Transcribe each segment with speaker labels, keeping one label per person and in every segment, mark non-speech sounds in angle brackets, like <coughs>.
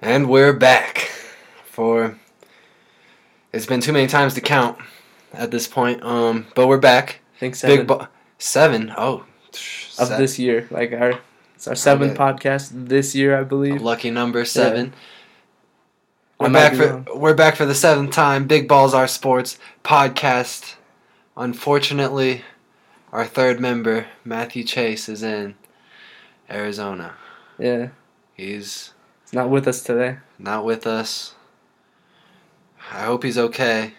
Speaker 1: And we're back for it's been too many times to count at this point. Um, but we're back.
Speaker 2: I think seven
Speaker 1: Big bo- seven. Oh,
Speaker 2: of
Speaker 1: se-
Speaker 2: this year. Like our it's our seventh podcast this year, I believe.
Speaker 1: lucky number seven.
Speaker 2: I
Speaker 1: We're
Speaker 2: might
Speaker 1: back
Speaker 2: be
Speaker 1: for
Speaker 2: wrong.
Speaker 1: we're back for the seventh time. Big balls are sports podcast. Unfortunately, our third member Matthew Chase is in Arizona.
Speaker 2: Yeah,
Speaker 1: He's
Speaker 2: it's not with us today.
Speaker 1: not with us. I hope he's okay.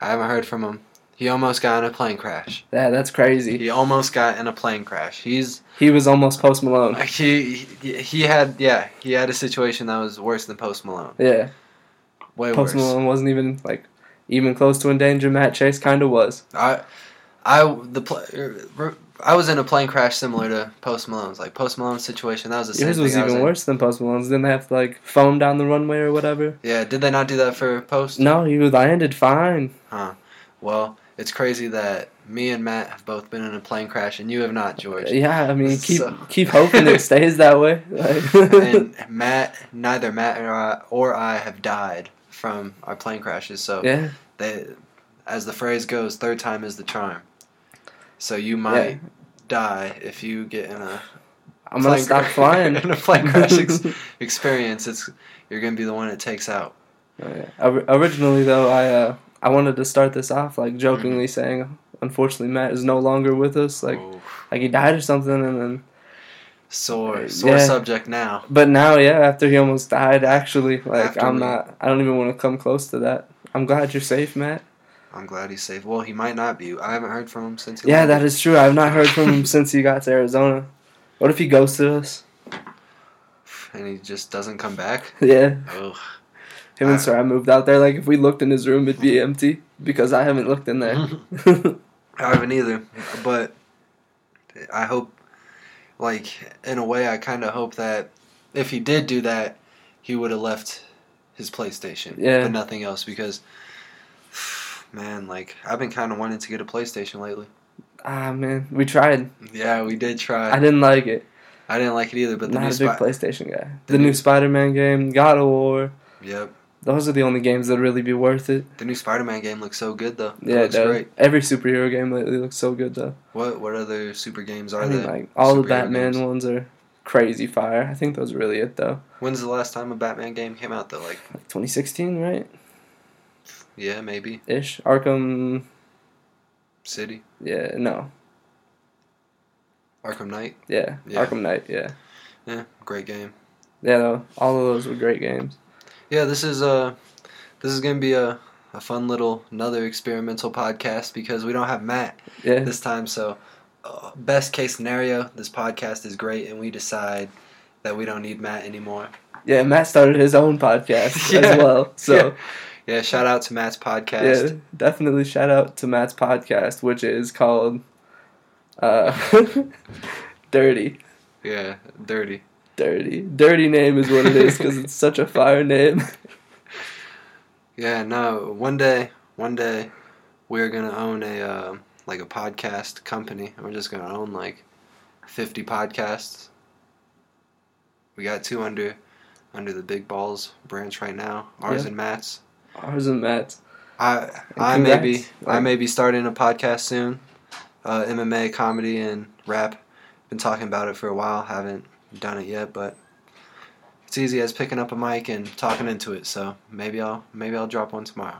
Speaker 1: I haven't heard from him. He almost got in a plane crash.
Speaker 2: Yeah, that's crazy.
Speaker 1: He almost got in a plane crash. He's
Speaker 2: He was almost Post Malone.
Speaker 1: he he he had yeah he had a situation that was worse than Post Malone.
Speaker 2: Yeah,
Speaker 1: Way worse.
Speaker 2: Post Malone wasn't even like even close to in danger. Matt Chase kind of was.
Speaker 1: I I the pl- I was in a plane crash similar to Post Malone's. Like Post Malone's situation, that was the same
Speaker 2: Yours
Speaker 1: thing.
Speaker 2: was
Speaker 1: I was
Speaker 2: even
Speaker 1: in.
Speaker 2: worse than Post Malone's. Didn't they have to, like foam down the runway or whatever?
Speaker 1: Yeah, did they not do that for Post?
Speaker 2: No, he was landed fine.
Speaker 1: Well, it's crazy that me and Matt have both been in a plane crash, and you have not, George.
Speaker 2: Yeah, I mean keep
Speaker 1: So-
Speaker 2: keep
Speaker 1: <laughs>
Speaker 2: hoping it stays that way. Like,
Speaker 1: and Matt, neither Matt or I, or I have died from our plane crashes. So
Speaker 2: <laughs> yeah,
Speaker 1: they, as the phrase goes, third time is the charm. So you might
Speaker 2: Yeah.
Speaker 1: die if you get in a
Speaker 2: I'm gonna
Speaker 1: plane
Speaker 2: stop
Speaker 1: cra- <laughs>
Speaker 2: flying.
Speaker 1: in a plane crash
Speaker 2: <laughs>
Speaker 1: ex- experience. It's you're gonna be the one it takes out.
Speaker 2: Yeah. Or- Originally, though, I uh, I wanted to start this off like jokingly
Speaker 1: Mm-hmm.
Speaker 2: saying, unfortunately, Matt is no longer with us. Like
Speaker 1: Oof.
Speaker 2: like he died or something, and then
Speaker 1: sore,
Speaker 2: uh,
Speaker 1: sore
Speaker 2: yeah.
Speaker 1: subject now.
Speaker 2: but now yeah, after he almost died, actually, like
Speaker 1: After
Speaker 2: I'm
Speaker 1: we-
Speaker 2: not. I don't even want to come close to that. I'm glad you're safe, Matt.
Speaker 1: I'm glad he's safe. Well, he might not be. I haven't heard from him since. He
Speaker 2: Yeah, that
Speaker 1: landed.
Speaker 2: is true. I've not heard from
Speaker 1: <laughs>
Speaker 2: him since he got to Arizona. What if he ghosted us? <laughs>
Speaker 1: And he just doesn't come back.
Speaker 2: Yeah,
Speaker 1: Oh,
Speaker 2: him
Speaker 1: Uh,
Speaker 2: and Sarah moved out there. Like if we looked in his room, it'd be empty because I haven't looked in
Speaker 1: <laughs>
Speaker 2: there.
Speaker 1: Mm-hmm. I haven't either. But I hope, like in a way, I kind of hope that if he did do that, he would have left his PlayStation.
Speaker 2: Yeah.
Speaker 1: But nothing else because, <sighs> man, like I've been kind of wanting to get a PlayStation lately.
Speaker 2: <laughs> ah man, we tried.
Speaker 1: Yeah, we did try.
Speaker 2: I didn't like it.
Speaker 1: I didn't like it either, but the
Speaker 2: not
Speaker 1: new
Speaker 2: a big
Speaker 1: spot.
Speaker 2: PlayStation guy.
Speaker 1: the
Speaker 2: The, new,
Speaker 1: new-
Speaker 2: Spider-Man game, God of War.
Speaker 1: Yep.
Speaker 2: Those are the only games that really be worth it.
Speaker 1: The new Spider-Man game looks so good though.
Speaker 2: Yeah,
Speaker 1: looks
Speaker 2: it does.
Speaker 1: great.
Speaker 2: Every superhero game lately looks so good though.
Speaker 1: What what other super games are
Speaker 2: I mean,
Speaker 1: there?
Speaker 2: like all the
Speaker 1: superhero
Speaker 2: Batman
Speaker 1: games?
Speaker 2: ones are crazy fire. I think those are really it though.
Speaker 1: When's the last time a Batman game came out though? Like,
Speaker 2: Like 2016, right?
Speaker 1: yeah, maybe
Speaker 2: Ish. Arkham.
Speaker 1: City,
Speaker 2: Yeah. No.
Speaker 1: Arkham Knight.
Speaker 2: Yeah.
Speaker 1: Yeah.
Speaker 2: Arkham Knight. Yeah.
Speaker 1: Yeah, great game.
Speaker 2: Yeah. Though all of those were great games.
Speaker 1: Yeah, this is uh this is gonna be a a fun little another experimental podcast because we don't have Matt
Speaker 2: Yeah.
Speaker 1: this time. So, uh, best case scenario, this podcast is great, and we decide that we don't need Matt anymore.
Speaker 2: Yeah. Matt started
Speaker 1: <laughs>
Speaker 2: his own podcast
Speaker 1: Yeah.
Speaker 2: as well. So
Speaker 1: Yeah, shout out to Matt's podcast.
Speaker 2: yeah, definitely shout out to Matt's podcast, which is called uh, <laughs> Dirty.
Speaker 1: Yeah, dirty.
Speaker 2: Dirty. Dirty name is what it is because it's such a fire name. <laughs>
Speaker 1: Yeah, no. One day, one day, we're gonna own a uh, like a podcast company, and we're just gonna own like fifty podcasts. We got two under under the Big Balls branch right now. Ours
Speaker 2: Yeah.
Speaker 1: and Matt's.
Speaker 2: Ours and Matt's.
Speaker 1: I I may be
Speaker 2: congrats.
Speaker 1: I may be starting a podcast soon. Uh, MMA, comedy, and rap. Been talking about it for a while. Haven't done it yet, but it's easy as picking up a mic and talking into it. So maybe I'll maybe I'll drop one tomorrow.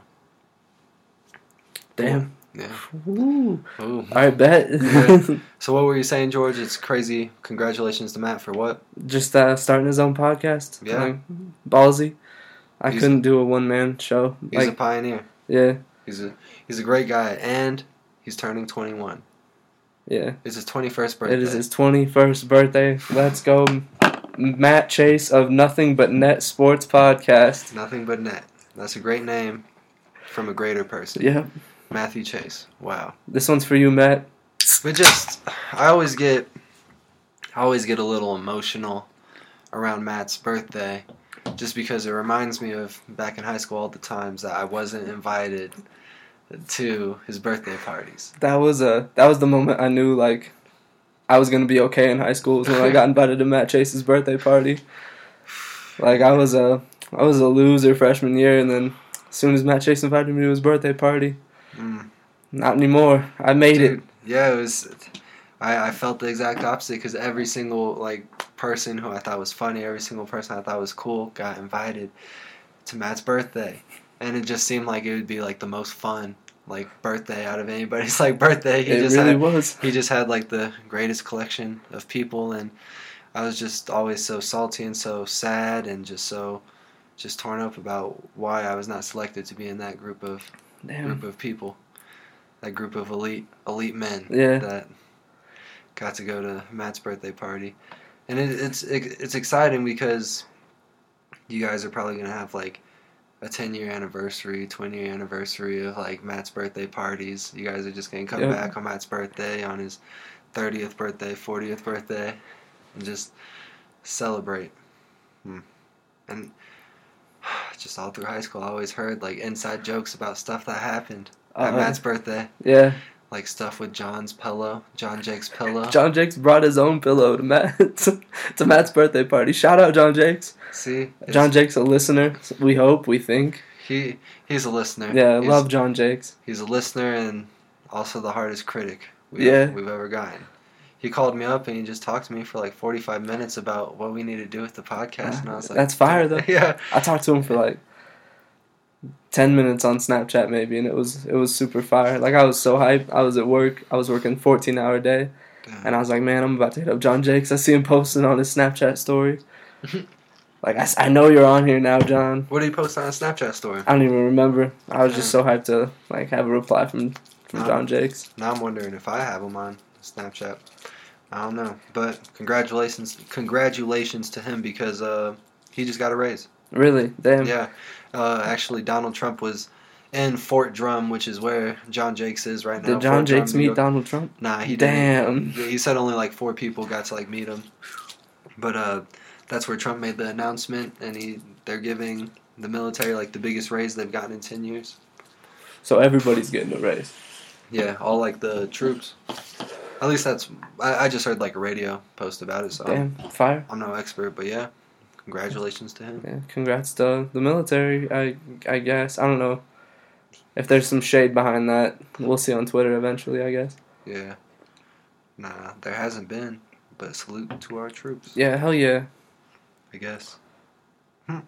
Speaker 2: Damn.
Speaker 1: Yeah.
Speaker 2: Ooh.
Speaker 1: Ooh.
Speaker 2: I bet.
Speaker 1: Yeah. So what were you saying, George? It's crazy. Congratulations to Matt for what?
Speaker 2: <laughs> Just uh, starting his own podcast.
Speaker 1: Yeah.
Speaker 2: Like, ballsy. I
Speaker 1: He's-
Speaker 2: couldn't do a one man show.
Speaker 1: He's a
Speaker 2: Like,
Speaker 1: pioneer.
Speaker 2: yeah,
Speaker 1: He's a he's a great guy, and he's turning 21.
Speaker 2: yeah.
Speaker 1: It's his 21st birthday.
Speaker 2: It is his 21st birthday. Let's go, M- Matt Chase of Nothing But Net Sports Podcast.
Speaker 1: Nothing but net. That's a great name from a greater person.
Speaker 2: Yeah.
Speaker 1: Matthew Chase. Wow.
Speaker 2: This one's for you, Matt.
Speaker 1: But just I always get I always get a little emotional around Matt's birthday just because it reminds me of back in high school all the times that I wasn't invited to his birthday parties.
Speaker 2: That was a that was the moment I knew like
Speaker 1: <laughs>
Speaker 2: I was gonna be okay in high school was when I got invited to Matt Chase's birthday party. Like I was a I was a loser freshman year, and then as soon as Matt Chase invited me to his birthday party,
Speaker 1: Mm.
Speaker 2: not anymore. I made it.
Speaker 1: Dude, Yeah, it was. I, I felt the exact opposite because every single like person who I thought was funny, every single person I thought was cool, got invited to Matt's birthday, and it just seemed like it would be like the most fun like birthday out of anybody's <laughs> like birthday. He
Speaker 2: it
Speaker 1: just
Speaker 2: really
Speaker 1: had,
Speaker 2: was.
Speaker 1: he just had like the greatest collection of people, and I was just always so salty and so sad and just so just torn up about why I was not selected to be in that group of
Speaker 2: Damn.
Speaker 1: group of people, that group of elite elite men
Speaker 2: Yeah.
Speaker 1: that got to go to Matt's birthday party, and it, it's it, it's exciting because you guys are probably gonna have like a ten year anniversary, twenty year anniversary of like Matt's birthday parties. You guys are just gonna come
Speaker 2: Yep.
Speaker 1: back on Matt's birthday, on his thirtieth birthday, fortieth birthday, and just celebrate. Hmm. And <sighs> just all through high school, I always heard like inside jokes about stuff that happened at
Speaker 2: Uh,
Speaker 1: Matt's birthday,
Speaker 2: yeah.
Speaker 1: like stuff with John's pillow, John Jake's pillow.
Speaker 2: John Jakes brought his own pillow to Matt <laughs> to Matt's birthday party. Shout out John Jakes.
Speaker 1: See, It's-
Speaker 2: John Jakes a listener. We hope. We think.
Speaker 1: he he's a listener.
Speaker 2: Yeah.
Speaker 1: he's,
Speaker 2: Love John Jakes.
Speaker 1: He's a listener and also the hardest critic we've,
Speaker 2: Yeah.
Speaker 1: we've ever gotten. He called me up and he just talked to me for like forty five minutes about what we need to do with the podcast, and I was like,
Speaker 2: That's fire, though.
Speaker 1: <laughs> yeah,
Speaker 2: I talked to him for like ten minutes on Snapchat maybe, and it was it was super fire. Like I was so hyped. I was at work. I was working fourteen hour day, and I was like, man, I'm about to hit up John Jakes. I see him posting on his Snapchat story.
Speaker 1: <laughs>
Speaker 2: like I, s- I know you're on here now, John.
Speaker 1: What did he post on his Snapchat story?
Speaker 2: I don't even remember. I was just so hyped to like have a reply from from
Speaker 1: Nah.
Speaker 2: John Jakes.
Speaker 1: Now I'm wondering if I have him on Snapchat. I don't know, but congratulations, congratulations to him because uh, he just got a raise.
Speaker 2: Really, damn.
Speaker 1: Yeah, uh, actually, Donald Trump was in Fort Drum, which is where John Jakes is right now.
Speaker 2: Did John
Speaker 1: Fort Drum,
Speaker 2: Jakes
Speaker 1: New
Speaker 2: meet
Speaker 1: York.
Speaker 2: Donald Trump?
Speaker 1: Nah, he
Speaker 2: Damn.
Speaker 1: didn't. He said only like four people got to like meet him, but uh, that's where Trump made the announcement, and he they're giving the military like the biggest raise they've gotten in ten years.
Speaker 2: So everybody's getting a raise.
Speaker 1: Yeah, all like the troops. At least that's I, I just heard like a radio post about it, so
Speaker 2: Damn, fire.
Speaker 1: I'm no expert, but yeah, congratulations to him.
Speaker 2: Yeah, congrats to the military. I I guess I don't know if there's some shade behind that. We'll see on Twitter eventually. I guess.
Speaker 1: Yeah, nah, there hasn't been, but salute to our troops.
Speaker 2: Yeah, hell yeah.
Speaker 1: I guess. Hmm.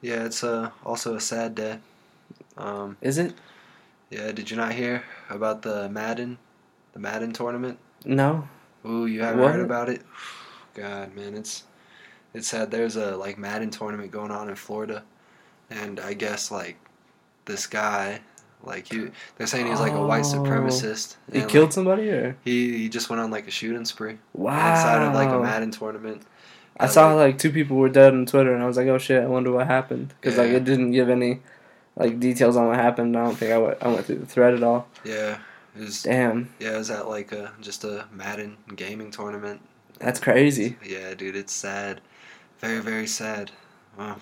Speaker 1: Yeah, it's uh, also a sad day. Um,
Speaker 2: Is it?
Speaker 1: yeah, did you not hear about the Madden, the Madden tournament?
Speaker 2: No.
Speaker 1: Ooh, you haven't
Speaker 2: What?
Speaker 1: heard about it? <sighs> God, man, it's it's sad. There's a like Madden tournament going on in Florida, and I guess like this guy, like he, they're saying he's like a white
Speaker 2: Oh.
Speaker 1: supremacist.
Speaker 2: He
Speaker 1: and,
Speaker 2: killed
Speaker 1: like,
Speaker 2: somebody or?
Speaker 1: he he just went on like a shooting spree
Speaker 2: Wow.
Speaker 1: inside of like a Madden tournament.
Speaker 2: I
Speaker 1: Uh,
Speaker 2: saw like two people were dead on Twitter, and I was like, oh shit, I wonder what happened because like
Speaker 1: Yeah.
Speaker 2: it didn't give any like details on what happened. I don't think I went I went through the thread at all.
Speaker 1: yeah, it was
Speaker 2: Damn,
Speaker 1: Yeah, it was at like a just a Madden gaming tournament.
Speaker 2: that's crazy.
Speaker 1: Yeah, dude, it's sad. Very, very sad. Wow. <sighs>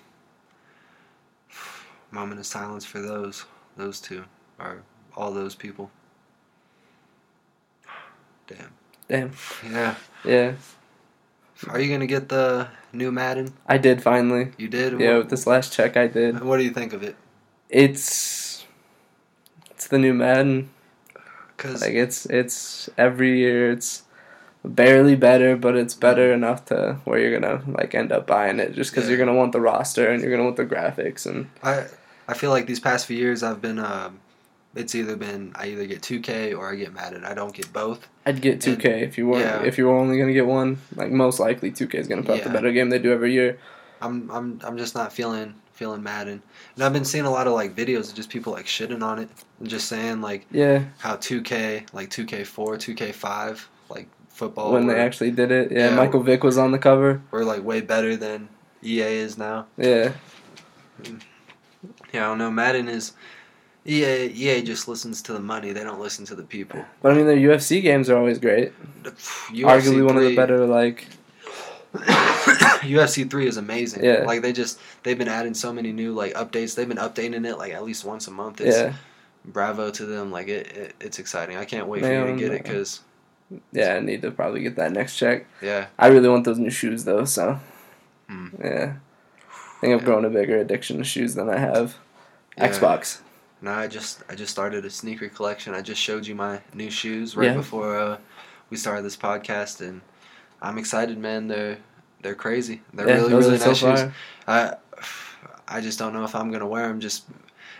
Speaker 1: Moment of silence for those. Those two. Or all those people. Damn.
Speaker 2: Damn.
Speaker 1: Yeah.
Speaker 2: Yeah,
Speaker 1: Are you gonna get the new Madden?
Speaker 2: I did finally.
Speaker 1: You did?
Speaker 2: Yeah, with
Speaker 1: what,
Speaker 2: this last check, I did.
Speaker 1: what do you think of it?
Speaker 2: It's it's the new Madden.
Speaker 1: Because
Speaker 2: Like it's it's every year it's barely better, but it's better enough to where you're gonna like end up buying it just because
Speaker 1: Mm. Yeah.
Speaker 2: you're gonna want the roster and you're gonna want the graphics and
Speaker 1: I I feel like these past few years I've been um it's either been I either get 2K or I get Madden. I don't get both.
Speaker 2: I'd get 2K if you weren't
Speaker 1: yeah.
Speaker 2: if you were only gonna get one. Like most likely 2K is gonna put out the
Speaker 1: Yeah.
Speaker 2: better game they do every year.
Speaker 1: I'm I'm I'm just not feeling feeling Madden. And I've been seeing a lot of like videos of just people like shitting on it and just saying like
Speaker 2: Yeah,
Speaker 1: how 2K like 2K4, 2K5 like football
Speaker 2: when
Speaker 1: were,
Speaker 2: they actually did it. Yeah,
Speaker 1: Yeah.
Speaker 2: Michael Vick was on the cover.
Speaker 1: were like way better than EA is now.
Speaker 2: Yeah,
Speaker 1: Yeah, I don't know. Madden is E EA EA just listens to the money. They don't listen to the people.
Speaker 2: but I mean their UFC games are always great.
Speaker 1: UFC
Speaker 2: Arguably one of the
Speaker 1: three- <coughs>
Speaker 2: better like
Speaker 1: UFC 3 is amazing.
Speaker 2: Yeah.
Speaker 1: Like they just they've been adding so many new like updates. They've been updating it like at least once a month. It's,
Speaker 2: yeah
Speaker 1: bravo to them. Like it, it it's exciting. I can't wait for you
Speaker 2: Man,
Speaker 1: to get it because
Speaker 2: yeah. I need to probably get that next check.
Speaker 1: yeah,
Speaker 2: I really want those new shoes though. So
Speaker 1: Mm.
Speaker 2: Yeah. I think I've grown a bigger addiction to shoes than I have
Speaker 1: Yeah.
Speaker 2: Xbox.
Speaker 1: No, I just I just started a sneaker collection. I just showed you my new shoes right
Speaker 2: Yeah.
Speaker 1: before uh, we started this podcast, and I'm excited, man. They're they're crazy. They're
Speaker 2: yeah,
Speaker 1: really
Speaker 2: those
Speaker 1: really
Speaker 2: are so
Speaker 1: nice shoes.
Speaker 2: fire.
Speaker 1: I I just don't know if I'm gonna wear them. Just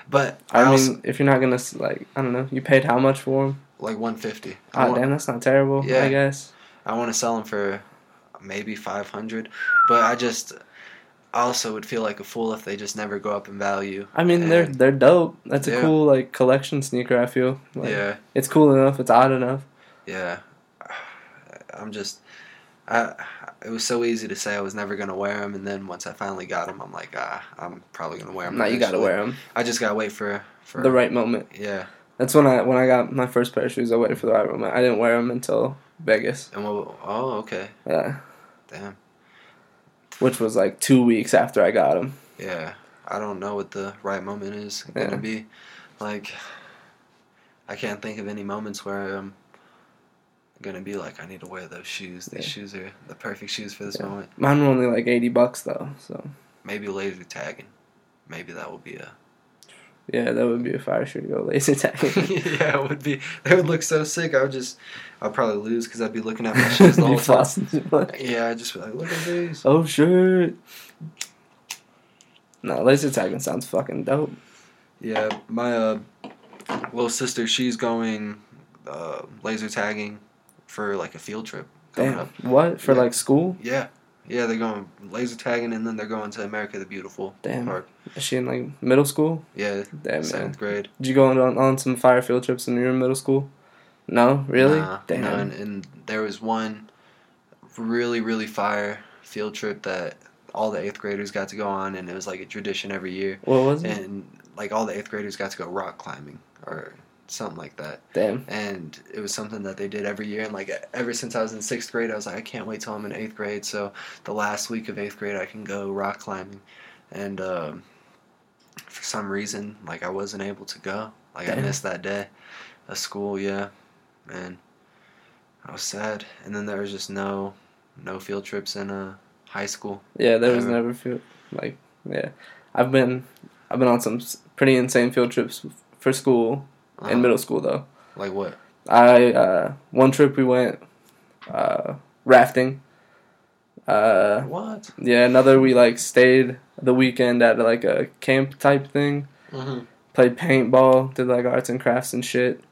Speaker 1: but I,
Speaker 2: I mean,
Speaker 1: also,
Speaker 2: if you're not gonna s- like, I don't know, you paid how much for them?
Speaker 1: like 150. I
Speaker 2: Ah,
Speaker 1: want,
Speaker 2: damn, that's not terrible.
Speaker 1: Yeah.
Speaker 2: I guess.
Speaker 1: I want to sell them for maybe 500, but I just I also would feel like a fool if they just never go up in value.
Speaker 2: I mean, they're
Speaker 1: And,
Speaker 2: they're dope. That's
Speaker 1: Yeah.
Speaker 2: a cool like collection sneaker. I feel. Like,
Speaker 1: yeah.
Speaker 2: It's cool enough. It's odd enough.
Speaker 1: Yeah, <sighs> I'm just. I, it was so easy to say I was never gonna wear them, and then once I finally got them, I'm like, ah, I'm probably gonna wear them.
Speaker 2: Now you gotta wear them
Speaker 1: I just gotta wait for for
Speaker 2: the right moment.
Speaker 1: Yeah,
Speaker 2: That's when I when I got my first pair of shoes. I waited for the right moment. I didn't wear them until Vegas,
Speaker 1: and we'll, oh, okay,
Speaker 2: uh,
Speaker 1: damn,
Speaker 2: which was like two weeks after I got them.
Speaker 1: yeah. I don't know what the right moment is
Speaker 2: Yeah.
Speaker 1: gonna be. Like, I can't think of any moments where I'm gonna be like, I need to wear those shoes. These
Speaker 2: Yeah.
Speaker 1: shoes are the perfect shoes for this
Speaker 2: Yeah.
Speaker 1: moment.
Speaker 2: Mine were only like eighty bucks though, so
Speaker 1: Maybe laser tagging. Maybe that will be a
Speaker 2: yeah, that would be a fire shoe to go laser <laughs> tag.
Speaker 1: <laughs> yeah, it would be. They would look so sick. I would just, I'd probably lose because I'd be looking at
Speaker 2: <laughs>
Speaker 1: my shoes the whole time. Yeah, I'd just be like, look at these.
Speaker 2: Oh shit. No, laser tagging sounds fucking dope.
Speaker 1: Yeah, my uh, little sister, she's going uh, laser tagging for like a field trip coming
Speaker 2: Damn.
Speaker 1: up.
Speaker 2: What? For
Speaker 1: Uh-huh. Yeah.
Speaker 2: like school?
Speaker 1: Yeah, yeah, they're going laser tagging and then they're going to America the Beautiful
Speaker 2: Damn.
Speaker 1: Park.
Speaker 2: Is she in like middle school?
Speaker 1: Yeah,
Speaker 2: Damn man.
Speaker 1: seventh grade.
Speaker 2: Did you go on, on some fire field trips when you were in middle school? No? Really?
Speaker 1: Nah,
Speaker 2: Damn.
Speaker 1: no, and, and there was one really, really fire field trip that all the eighth graders got to go on, and it was like a tradition every year.
Speaker 2: What was it?
Speaker 1: And like all the eighth graders got to go rock climbing or something like that.
Speaker 2: Damn.
Speaker 1: And it was something that they did every year. And like ever since I was in sixth grade, I was like, I can't wait till I'm in eighth grade. So the last week of eighth grade, I can go rock climbing. And um, for some reason, like I wasn't able to go. Like I
Speaker 2: Damn.
Speaker 1: missed that day of school. Yeah, man, I was sad. And then there was just no, no field trips in uh, high school.
Speaker 2: Yeah, there was
Speaker 1: Yeah.
Speaker 2: never field like yeah. I've been I've been on some s- pretty insane field trips f- for school
Speaker 1: Uh-huh.
Speaker 2: in middle school though.
Speaker 1: Like what?
Speaker 2: I uh, one trip we went uh, rafting. Uh,
Speaker 1: What?
Speaker 2: yeah, another we like stayed the weekend at like a camp type thing.
Speaker 1: Mm-hmm.
Speaker 2: Played paintball, did like arts and crafts and shit.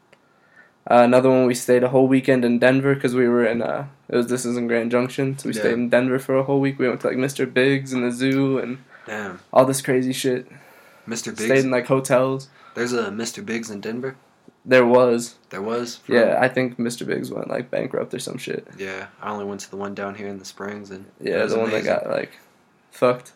Speaker 2: Uh, another one we stayed a whole weekend in Denver because we were in uh it was this is in Grand Junction, so we
Speaker 1: Yeah.
Speaker 2: stayed in Denver for a whole week. We went to like Mr. Biggs and the zoo and
Speaker 1: Damn,
Speaker 2: all this crazy shit.
Speaker 1: Mr. Biggs.
Speaker 2: Stayed in like hotels.
Speaker 1: There's a Mr. Biggs in Denver.
Speaker 2: There was
Speaker 1: There was. for-
Speaker 2: yeah, I think Mr. Biggs went like bankrupt or some shit.
Speaker 1: Yeah, I only went to the one down here in the Springs, and it
Speaker 2: Yeah,
Speaker 1: was
Speaker 2: the one that
Speaker 1: amazing.
Speaker 2: got like fucked.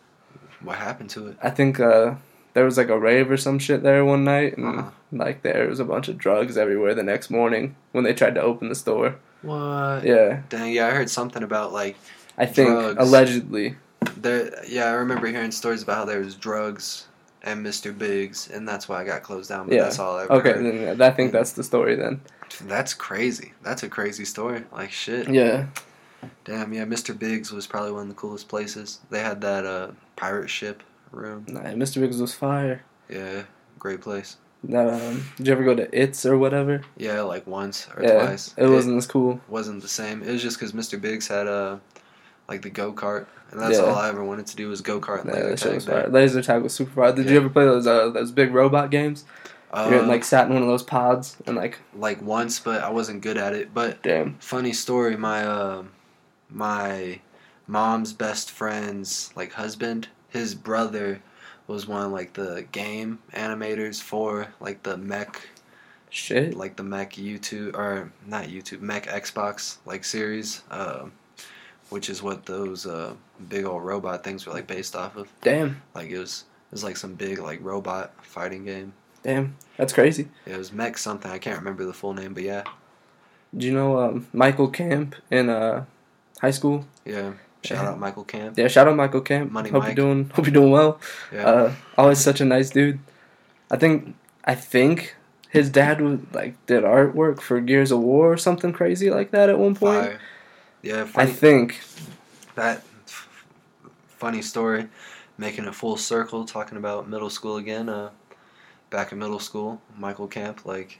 Speaker 1: What happened to it?
Speaker 2: I think uh, there was like a rave or some shit there one night, and
Speaker 1: Uh-huh.
Speaker 2: like there was a bunch of drugs everywhere the next morning when they tried to open the store.
Speaker 1: What?
Speaker 2: Yeah,
Speaker 1: Dang, yeah, I heard something about like
Speaker 2: I think
Speaker 1: Drugs.
Speaker 2: allegedly.
Speaker 1: there. Yeah, I remember hearing stories about how there was drugs and Mr. Biggs, and that's why I got closed down. But
Speaker 2: Yeah.
Speaker 1: that's all I ever
Speaker 2: Okay,
Speaker 1: heard.
Speaker 2: then I think that's the story then.
Speaker 1: That's crazy. That's a crazy story. Like shit.
Speaker 2: Yeah,
Speaker 1: Damn. Yeah, Mr. Biggs was probably one of the coolest places. They had that uh, pirate ship room.
Speaker 2: Nah, Mr. Biggs was fire.
Speaker 1: Yeah, great place.
Speaker 2: That um, did you ever go to It's or whatever?
Speaker 1: Yeah, like once or
Speaker 2: yeah,
Speaker 1: twice.
Speaker 2: it wasn't as cool.
Speaker 1: wasn't the same. It was just because Mr. Biggs had uh, like the go kart, and that's
Speaker 2: Yeah.
Speaker 1: all I ever wanted to do was go kart and
Speaker 2: Yeah,
Speaker 1: laser
Speaker 2: that shit
Speaker 1: tag.
Speaker 2: was
Speaker 1: there.
Speaker 2: fire. Laser tag was super fire. Did
Speaker 1: Yeah.
Speaker 2: you ever play those uh, those big robot games?
Speaker 1: Uh,
Speaker 2: You're in,
Speaker 1: like
Speaker 2: like sat in one of those pods and like
Speaker 1: like once, but I wasn't good at it. But
Speaker 2: damn.
Speaker 1: funny story, my um my mom's best friend's like husband, his brother was one of like the game animators for like the mech
Speaker 2: Shit.
Speaker 1: like the Mech YouTube or not YouTube Mech Xbox like series, um, which is what those uh, big old robot things were like based off of.
Speaker 2: Damn.
Speaker 1: Like it was it was like some big like robot fighting game.
Speaker 2: Damn. That's crazy.
Speaker 1: It was Mech something I can't remember the full name, but yeah,
Speaker 2: Do you know um, Michael Camp in uh, high school?
Speaker 1: yeah. Shout
Speaker 2: Yeah.
Speaker 1: out Michael Camp.
Speaker 2: Yeah, shout out Michael Camp.
Speaker 1: Money
Speaker 2: hope
Speaker 1: Mike.
Speaker 2: you're doing hope you're doing well.
Speaker 1: Yeah,
Speaker 2: Uh, always such a nice dude. I think I think his dad was like did artwork for Gears of War or something crazy like that at one point.
Speaker 1: fire. Yeah,
Speaker 2: I
Speaker 1: funny,
Speaker 2: think
Speaker 1: that funny story, making a full circle, talking about middle school again. Uh, back in middle school, Michael Camp, like,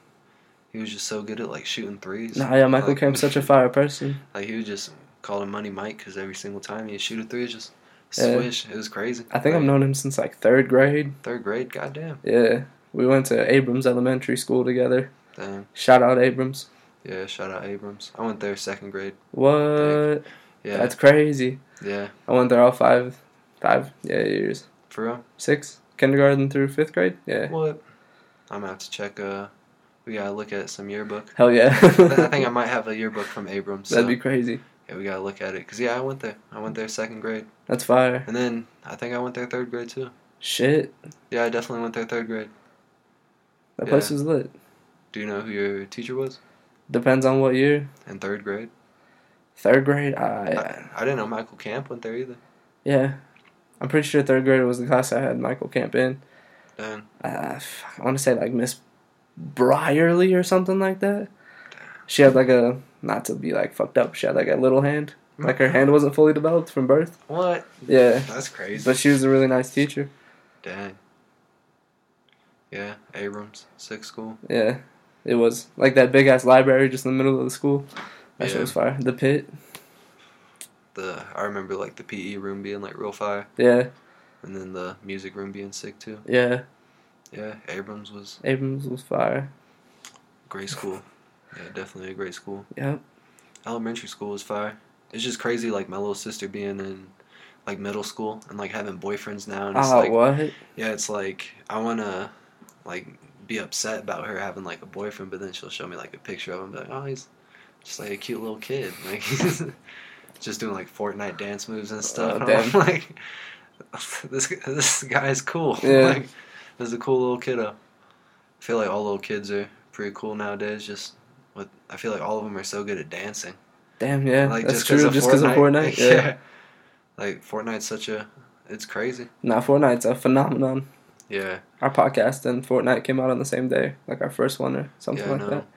Speaker 1: he was just so good at like shooting threes.
Speaker 2: Nah, yeah, Michael
Speaker 1: Like,
Speaker 2: Camp's such a fire person.
Speaker 1: <laughs> Like he would just call him Money Mike because every single time he'd shoot a three, it's just
Speaker 2: Yeah.
Speaker 1: swish. It was crazy.
Speaker 2: I think I've
Speaker 1: Like,
Speaker 2: known him since like third grade.
Speaker 1: third grade. Goddamn.
Speaker 2: Yeah, we went to Abrams Elementary School together.
Speaker 1: Dang.
Speaker 2: Shout out Abrams.
Speaker 1: Yeah. Shout out Abrams. I went there second grade.
Speaker 2: What?
Speaker 1: Yeah.
Speaker 2: That's crazy.
Speaker 1: yeah.
Speaker 2: I went there all five, five yeah years,
Speaker 1: For real.
Speaker 2: six kindergarten through fifth grade. Yeah,
Speaker 1: What? I'm gonna have to check. Uh, we gotta look at some
Speaker 2: <laughs>
Speaker 1: yearbook.
Speaker 2: hell yeah.
Speaker 1: I
Speaker 2: <laughs>
Speaker 1: think I might have a yearbook from Abrams. So,
Speaker 2: That'd be crazy.
Speaker 1: yeah, we gotta look at it. Cause yeah, I went there. I went there second grade,
Speaker 2: That's fire.
Speaker 1: and then I think I went there third grade too.
Speaker 2: Shit,
Speaker 1: Yeah, I definitely went there third grade.
Speaker 2: that
Speaker 1: Yeah.
Speaker 2: place was lit.
Speaker 1: Do you know who your teacher was
Speaker 2: Depends on what year.
Speaker 1: in third grade?
Speaker 2: Third grade, I
Speaker 1: I, I didn't know Michael Camp went there either.
Speaker 2: yeah, I'm pretty sure third grade was the class I had Michael Camp in.
Speaker 1: Dang.
Speaker 2: Uh, I want to say like Miss Brierly or something like that. She had like a not to be like fucked up. She had like a little hand, like
Speaker 1: Uh-huh.
Speaker 2: her hand wasn't fully developed from birth.
Speaker 1: What?
Speaker 2: Yeah,
Speaker 1: That's crazy.
Speaker 2: but she was a really nice teacher.
Speaker 1: Dang. Yeah, Abrams, sixth school.
Speaker 2: Yeah, it was like that big ass library just in the middle of the school. That shit
Speaker 1: Yeah.
Speaker 2: was fire. The pit.
Speaker 1: The I remember like the PE room being like real fire,
Speaker 2: Yeah,
Speaker 1: and then the music room being sick too.
Speaker 2: yeah.
Speaker 1: Yeah, Abrams was
Speaker 2: Abrams was fire.
Speaker 1: great school. Yeah, definitely a great school.
Speaker 2: Yep.
Speaker 1: Elementary school was fire. It's just crazy, like my little sister being in like middle school and like having boyfriends now, and it's
Speaker 2: Ah,
Speaker 1: like
Speaker 2: what?
Speaker 1: yeah, it's like I wanna like be upset about her having like a boyfriend, but then she'll show me like a picture of him, and be like, oh, he's just like a cute little kid, <laughs> like he's just doing like Fortnite dance moves and stuff.
Speaker 2: Oh,
Speaker 1: and <laughs> I'm like, this this guy's cool. <laughs>
Speaker 2: Yeah.
Speaker 1: Like, this is a cool little kiddo. I feel like all little kids are pretty cool nowadays. Just with I feel like all of them are so good at dancing.
Speaker 2: Damn, yeah.
Speaker 1: Like
Speaker 2: that's
Speaker 1: just 'cause
Speaker 2: true. Just because of
Speaker 1: <laughs>
Speaker 2: Fortnite. Yeah.
Speaker 1: Like Fortnite's such a, it's crazy.
Speaker 2: Nah, Fortnite's a phenomenon.
Speaker 1: Yeah.
Speaker 2: Our podcast and Fortnite came out on the same day, like our first one or something
Speaker 1: Yeah, I
Speaker 2: like
Speaker 1: know.
Speaker 2: that.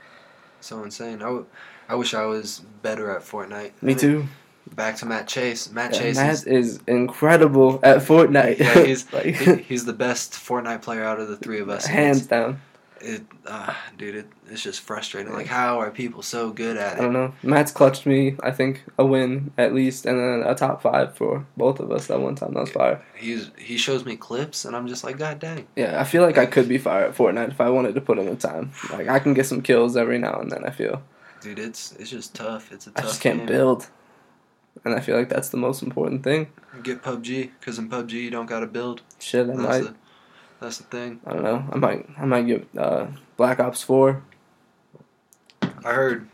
Speaker 1: So insane. I, w- I wish I was better at Fortnite.
Speaker 2: Me
Speaker 1: I mean,
Speaker 2: too.
Speaker 1: Back to Matt Chase. Matt
Speaker 2: Yeah,
Speaker 1: Chase
Speaker 2: Matt is incredible at Fortnite.
Speaker 1: is yeah,
Speaker 2: <laughs>
Speaker 1: he's,
Speaker 2: like,
Speaker 1: he- <laughs> he's the best Fortnite player out of the three of us.
Speaker 2: hands down.
Speaker 1: It, uh, dude, it, it's just frustrating. Like, how are people so good
Speaker 2: I
Speaker 1: at it?
Speaker 2: don't know. Matt's clutched me, I think, a win at least, and then a top five for both of us that one time. That was fire.
Speaker 1: He's he shows me clips, and I'm just like, God dang.
Speaker 2: Yeah, I feel like I could be fire at Fortnite if I wanted to put in the time. Like I can get some kills every now and then. I feel
Speaker 1: Dude, it's it's just tough. It's a
Speaker 2: I
Speaker 1: tough
Speaker 2: just can't
Speaker 1: game.
Speaker 2: build, and I feel like that's the most important thing.
Speaker 1: Get PUBG, because in PUBG, you don't got to build.
Speaker 2: Shit, I
Speaker 1: That's,
Speaker 2: might.
Speaker 1: the, that's the thing.
Speaker 2: I don't know. I might. I might get uh, Black Ops Four.
Speaker 1: I heard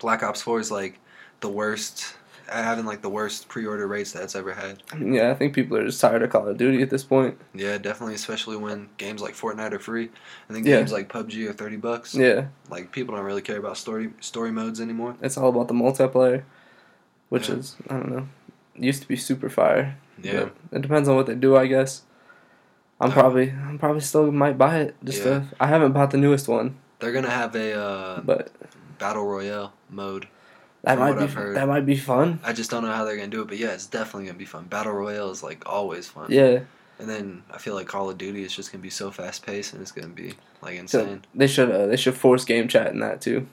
Speaker 1: Black Ops 4 is like the worst, having like the worst pre order rates that's ever had.
Speaker 2: I mean, yeah, I think people are just tired of Call of Duty at this point.
Speaker 1: Yeah, definitely, especially when games like Fortnite are free, and then
Speaker 2: Yeah.
Speaker 1: games like PUBG are thirty bucks.
Speaker 2: Yeah,
Speaker 1: Like people don't really care about story story modes anymore.
Speaker 2: it's all about the multiplayer, which
Speaker 1: Yeah.
Speaker 2: is I don't know. Used to be super fire.
Speaker 1: Yeah,
Speaker 2: But it depends on what they do, I guess. I'm
Speaker 1: Uh,
Speaker 2: probably I'm probably still might buy it. Just
Speaker 1: Yeah.
Speaker 2: to, I haven't bought the newest one,
Speaker 1: they're gonna have a uh,
Speaker 2: but
Speaker 1: battle royale mode.
Speaker 2: that
Speaker 1: From
Speaker 2: might
Speaker 1: what
Speaker 2: be
Speaker 1: I've heard.
Speaker 2: that might be fun.
Speaker 1: I just don't know how they're gonna do it, but yeah, it's definitely gonna be fun. Battle royale is like always fun.
Speaker 2: Yeah,
Speaker 1: And then I feel like Call of Duty is just gonna be so fast paced and it's gonna be like
Speaker 2: so
Speaker 1: insane.
Speaker 2: they should uh, they should force game chat in that too.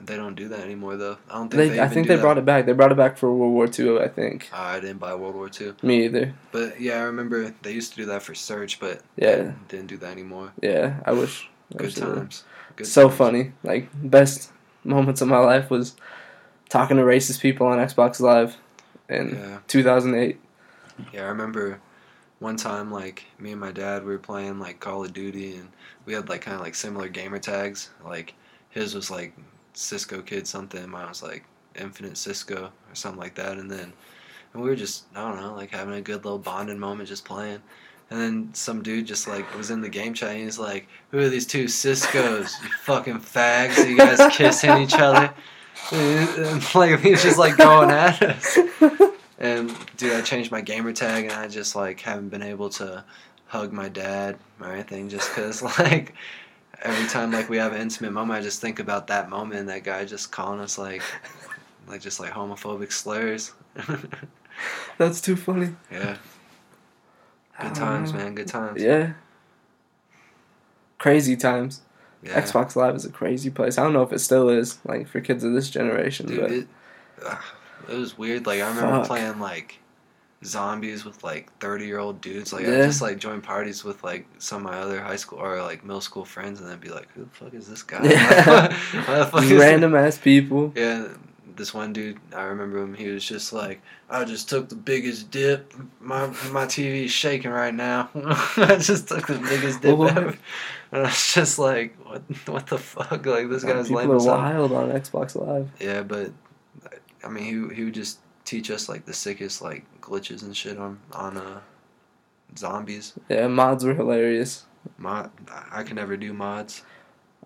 Speaker 1: They don't do that anymore though. I don't think
Speaker 2: They,
Speaker 1: they.
Speaker 2: I
Speaker 1: even
Speaker 2: think
Speaker 1: do
Speaker 2: they
Speaker 1: that.
Speaker 2: brought it back. They brought it back for World War II, I think.
Speaker 1: Uh, I didn't buy World War Two,
Speaker 2: Me either.
Speaker 1: but yeah, I remember they used to do that for Search, but
Speaker 2: Yeah.
Speaker 1: didn't do that anymore.
Speaker 2: Yeah, I wish. I
Speaker 1: Good
Speaker 2: wish they would've.
Speaker 1: times. Good
Speaker 2: so
Speaker 1: times.
Speaker 2: funny. Like best moments of my life was talking to racist people on Xbox Live in
Speaker 1: Yeah.
Speaker 2: 2008.
Speaker 1: Yeah, I remember one time like me and my dad we were playing like Call of Duty and we had like kind of like similar gamer tags. Like his was like Cisco Kid something, mine was like Infinite Cisco or something like that. And then and we were just I don't know like having a good little bonding moment just playing. And then some dude just like was in the game chat and he's like, "Who are these two Ciscos? You fucking fags! You guys kissing each other?" <laughs> And, like he was just like going at us. And dude, I changed my gamer tag, and I just like haven't been able to hug my dad or anything, just cause <laughs> like every time like we have an intimate moment, I just think about that moment and that guy just calling us like like just like homophobic slurs.
Speaker 2: <laughs> That's too funny.
Speaker 1: <laughs> Yeah.
Speaker 2: I
Speaker 1: Good
Speaker 2: don't
Speaker 1: times,
Speaker 2: know.
Speaker 1: man. Good times.
Speaker 2: Yeah. Crazy times.
Speaker 1: Yeah.
Speaker 2: Xbox Live is a crazy place. I don't know if it still is, like for kids of this generation,
Speaker 1: Dude,
Speaker 2: but
Speaker 1: it, ugh, it was weird. Like I remember
Speaker 2: Fuck.
Speaker 1: playing like zombies with like thirty year old dudes. Like I
Speaker 2: Yeah.
Speaker 1: just like joined parties with like some of my other high school or like middle school friends, and then be like, "Who the fuck is this guy?" <laughs>
Speaker 2: Yeah.
Speaker 1: Why the fuck is-
Speaker 2: <laughs> random ass people.
Speaker 1: Yeah, this one dude, I remember him. He was just like, "I just took the biggest dip. My my TV's shaking right now. <laughs> I just took the biggest dip
Speaker 2: What?
Speaker 1: ever." And I was just like, "What? What the fuck? Like this guy's
Speaker 2: people
Speaker 1: lame."
Speaker 2: are
Speaker 1: as hell.
Speaker 2: wild on Xbox Live.
Speaker 1: Yeah, but I mean, he he would just teach us like the sickest like glitches and shit on on uh zombies.
Speaker 2: Yeah, mods were hilarious.
Speaker 1: Mod, I can never do mods.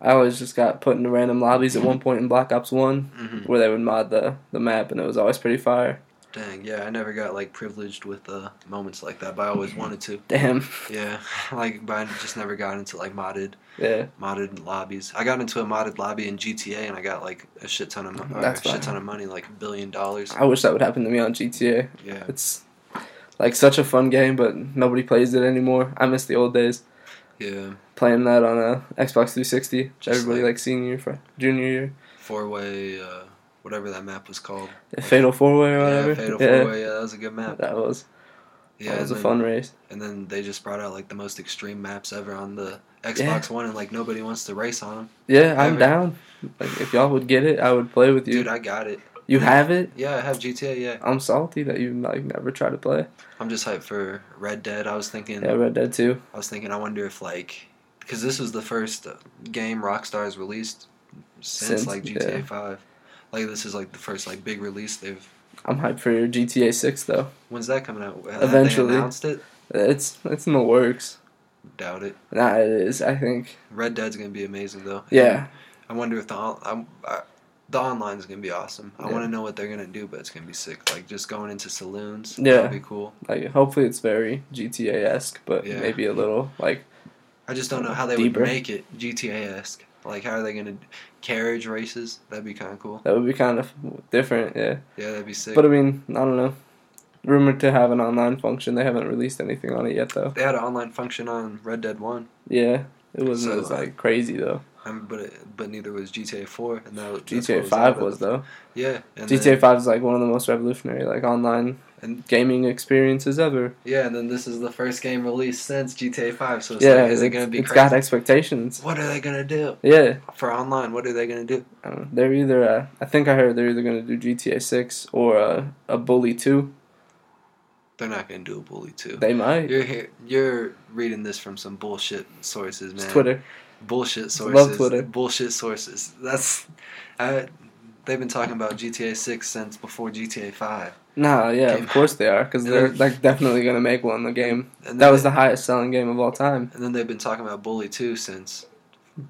Speaker 2: I always just got put into random lobbies at one point in Black Ops One
Speaker 1: hmm
Speaker 2: where they would mod the, the map and it was always pretty fire.
Speaker 1: Dang, yeah, I never got like privileged with uh moments like that, but I always wanted to.
Speaker 2: Damn. <laughs>
Speaker 1: Yeah, <laughs> like but I just never got into like modded
Speaker 2: Yeah.
Speaker 1: modded lobbies. I got into a modded lobby in GTA and I got like a shit ton of mo- or a
Speaker 2: That's
Speaker 1: shit
Speaker 2: fine.
Speaker 1: ton of money, like a billion dollars.
Speaker 2: I wish that would happen to me on GTA.
Speaker 1: Yeah,
Speaker 2: It's like such a fun game, but nobody plays it anymore. I miss the old days
Speaker 1: yeah,
Speaker 2: playing that on a Xbox 360.
Speaker 1: Just
Speaker 2: Everybody
Speaker 1: like-
Speaker 2: like, senior year, fr- junior year,
Speaker 1: four way, uh, whatever that map was called.
Speaker 2: Fatal Four Way or whatever.
Speaker 1: Yeah, Fatal Four Way. Yeah, that was a good map.
Speaker 2: That was
Speaker 1: Yeah,
Speaker 2: that was a
Speaker 1: and then-
Speaker 2: fun race.
Speaker 1: and then they just brought out like the most extreme maps ever on the Xbox One, and like nobody wants to race on them.
Speaker 2: Yeah, I'm
Speaker 1: Ever-
Speaker 2: down. Like if y'all would get it, I would play with you.
Speaker 1: Dude, I got it.
Speaker 2: you have it.
Speaker 1: Yeah, I have GTA. Yeah,
Speaker 2: I'm salty that you like never try to play.
Speaker 1: I'm just hyped for Red Dead. I was thinking,
Speaker 2: Yeah, Red Dead 2.
Speaker 1: I was thinking, I wonder if like, because this was the first game Rockstar's released since,
Speaker 2: Since,
Speaker 1: like GTA
Speaker 2: yeah.
Speaker 1: Five. Like this is like the first like big release they've.
Speaker 2: I'm hyped for your GTA 6 though.
Speaker 1: When's that coming out? Have
Speaker 2: Eventually.
Speaker 1: they announced it.
Speaker 2: It's it's in the works.
Speaker 1: Doubt it.
Speaker 2: Nah, it is. I think.
Speaker 1: Red Dead's gonna be amazing though.
Speaker 2: Yeah,
Speaker 1: I wonder if the on- I'm, I, the online's gonna be awesome. I
Speaker 2: Yeah.
Speaker 1: want to know what they're gonna do, but it's gonna be sick. Like just going into saloons,
Speaker 2: Yeah.
Speaker 1: that'll be cool.
Speaker 2: like hopefully it's very GTA esque, but
Speaker 1: Yeah.
Speaker 2: maybe a little like
Speaker 1: I just don't know how they
Speaker 2: Deeper.
Speaker 1: would make it GTA esque. Like how are they gonna carriage races? That'd be kind of cool.
Speaker 2: that would be kind of different. Yeah,
Speaker 1: Yeah, that'd be sick.
Speaker 2: but I mean, I don't know. Rumored to have an online function. They haven't released anything on it yet though.
Speaker 1: they had an online function on Red Dead One,
Speaker 2: Yeah, it wasn't
Speaker 1: So,
Speaker 2: as
Speaker 1: uh,
Speaker 2: like crazy though.
Speaker 1: um, but it, but neither was GTA Four, and that was, that's what
Speaker 2: GTA Five
Speaker 1: out
Speaker 2: was
Speaker 1: with-
Speaker 2: though.
Speaker 1: Yeah, and
Speaker 2: GTA Five is like one of the most revolutionary like online
Speaker 1: And-
Speaker 2: gaming experiences ever.
Speaker 1: yeah, and then this is the first game released since GTA Five. So it's
Speaker 2: yeah,
Speaker 1: like, is it
Speaker 2: it's-
Speaker 1: gonna be
Speaker 2: it's
Speaker 1: crazy?
Speaker 2: got expectations.
Speaker 1: what are they gonna do
Speaker 2: Yeah,
Speaker 1: for online? What are they gonna do?
Speaker 2: I don't know. they're either uh, I think I heard they're either gonna do GTA Six or uh, a Bully Two.
Speaker 1: They're not gonna do a bully too.
Speaker 2: They might.
Speaker 1: You're here, you're reading this from some bullshit sources, man.
Speaker 2: It's Twitter.
Speaker 1: Bullshit sources.
Speaker 2: Love Twitter.
Speaker 1: Bullshit sources. That's I, they've been talking about GTA 6 since before GTA 5.
Speaker 2: Nah, yeah,
Speaker 1: Came
Speaker 2: of course they are, because
Speaker 1: And
Speaker 2: they're
Speaker 1: then-
Speaker 2: like definitely gonna make one. The game
Speaker 1: And
Speaker 2: that
Speaker 1: then
Speaker 2: was
Speaker 1: they-
Speaker 2: the highest selling game of all time.
Speaker 1: And then they've been talking about Bully 2 since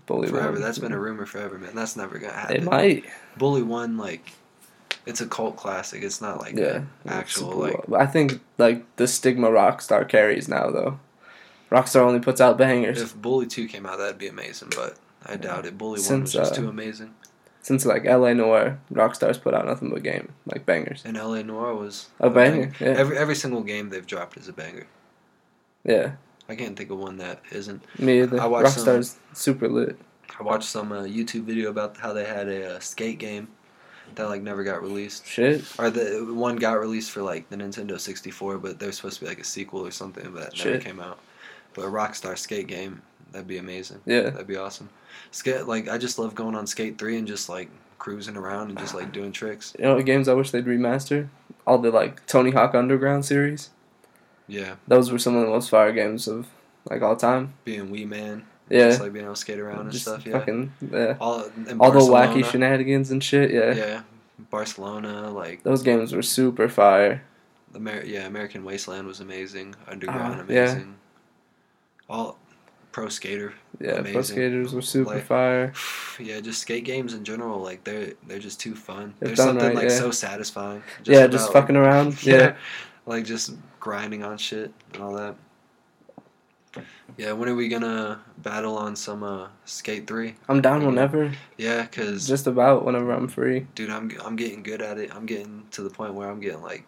Speaker 2: Bully
Speaker 1: forever.
Speaker 2: one.
Speaker 1: That's been a rumor forever, man. That's never going to
Speaker 2: They
Speaker 1: happen.
Speaker 2: might.
Speaker 1: Bully 1 like it's a cult classic. It's not like
Speaker 2: Yeah.
Speaker 1: actual
Speaker 2: Super
Speaker 1: like
Speaker 2: well. But I think like the stigma Rockstar carries now though. Rockstar only puts out bangers
Speaker 1: if Bully 2 came out that'd be amazing, but I doubt it. Bully 1 was
Speaker 2: Since,
Speaker 1: just
Speaker 2: uh,
Speaker 1: too amazing.
Speaker 2: since like L.A. Noir. Rockstar's put out nothing but game like bangers.
Speaker 1: And LA Noir was
Speaker 2: A banger, yeah.
Speaker 1: Every every single game they've dropped is a banger.
Speaker 2: Yeah,
Speaker 1: I can't think of one that isn't
Speaker 2: me either.
Speaker 1: I watched some-
Speaker 2: Rockstar's super lit.
Speaker 1: I watched some uh, YouTube video about how they had a uh, skate game that like never got released,
Speaker 2: Shit,
Speaker 1: or the one got released for like the Nintendo 64, but there's supposed to be like a sequel or something, but that never
Speaker 2: Shit.
Speaker 1: came out. But a Rockstar skate game, that'd be amazing.
Speaker 2: yeah.
Speaker 1: That'd be awesome. Skate like I just love going on Skate Three and just like cruising around and just like doing tricks.
Speaker 2: You know what games I wish they'd remaster? All the like Tony Hawk Underground series.
Speaker 1: Yeah,
Speaker 2: Those were some of the most fire games of like all time.
Speaker 1: being wee man,
Speaker 2: Yeah.
Speaker 1: just like being able to skate around and
Speaker 2: Just
Speaker 1: stuff. Yeah,
Speaker 2: fucking yeah.
Speaker 1: all and
Speaker 2: All the
Speaker 1: Barcelona.
Speaker 2: wacky shenanigans and shit, yeah.
Speaker 1: Yeah, Barcelona, like
Speaker 2: Those games were super fire.
Speaker 1: Amer- yeah, American Wasteland was amazing. Underground,
Speaker 2: Ah, yeah.
Speaker 1: amazing. All pro skater. <sighs>
Speaker 2: Yeah, Pro
Speaker 1: Amazing.
Speaker 2: Skaters were super
Speaker 1: Like-
Speaker 2: fire.
Speaker 1: Yeah, just skate games in general. Like they're they're just too fun.
Speaker 2: If
Speaker 1: There's
Speaker 2: done
Speaker 1: something
Speaker 2: right,
Speaker 1: like
Speaker 2: yeah.
Speaker 1: so satisfying.
Speaker 2: yeah, just
Speaker 1: about,
Speaker 2: fucking
Speaker 1: like- <laughs>
Speaker 2: around. Yeah.
Speaker 1: like just grinding on shit and all that. Yeah, when are we gonna battle on some uh, skate three?
Speaker 2: I'm down
Speaker 1: Yeah.
Speaker 2: whenever.
Speaker 1: Yeah, cause
Speaker 2: Just about whenever I'm free.
Speaker 1: dude, I'm I'm getting good at it. I'm getting to the point where I'm getting like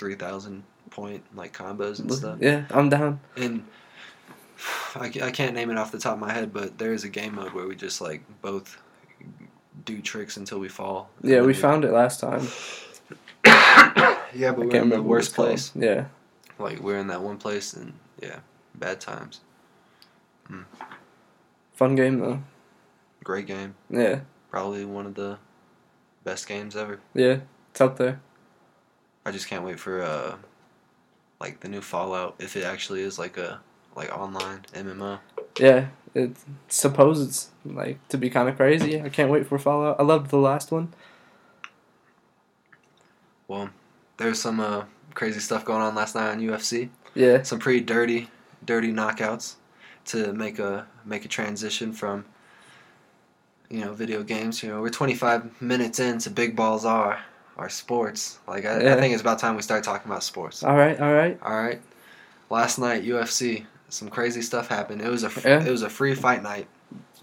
Speaker 1: three thousand point like combos and
Speaker 2: Look-
Speaker 1: stuff.
Speaker 2: Yeah, I'm down.
Speaker 1: And I, ca- I can't name it off the top of my head, but there is a game mode where we just like both do tricks until we fall. And
Speaker 2: Yeah,
Speaker 1: then
Speaker 2: we found it last time.
Speaker 1: Yeah, but we're
Speaker 2: I can't
Speaker 1: in
Speaker 2: remember
Speaker 1: the
Speaker 2: what it's
Speaker 1: worst place.
Speaker 2: called. Yeah,
Speaker 1: Like we're in that one place, and yeah, bad times.
Speaker 2: fun game though.
Speaker 1: Great game,
Speaker 2: Yeah,
Speaker 1: probably one of the best games ever.
Speaker 2: yeah, it's up there.
Speaker 1: I just can't wait for uh, like the new Fallout if it actually is like a like online MMO.
Speaker 2: Yeah, it's supposed it's like to be kind of crazy. I can't wait for Fallout. I loved the last one.
Speaker 1: There's some uh crazy stuff going on last night on UFC.
Speaker 2: Yeah,
Speaker 1: some pretty dirty, dirty knockouts to make a make a transition from you know video games. You know, we're 25 minutes into big balls are our sports. Like I, I
Speaker 2: Yeah.
Speaker 1: think it's about time we start talking about sports.
Speaker 2: all right, all right.
Speaker 1: All right, last night UFC, some crazy stuff happened. It was a fr-
Speaker 2: Yeah.
Speaker 1: it was a free fight night.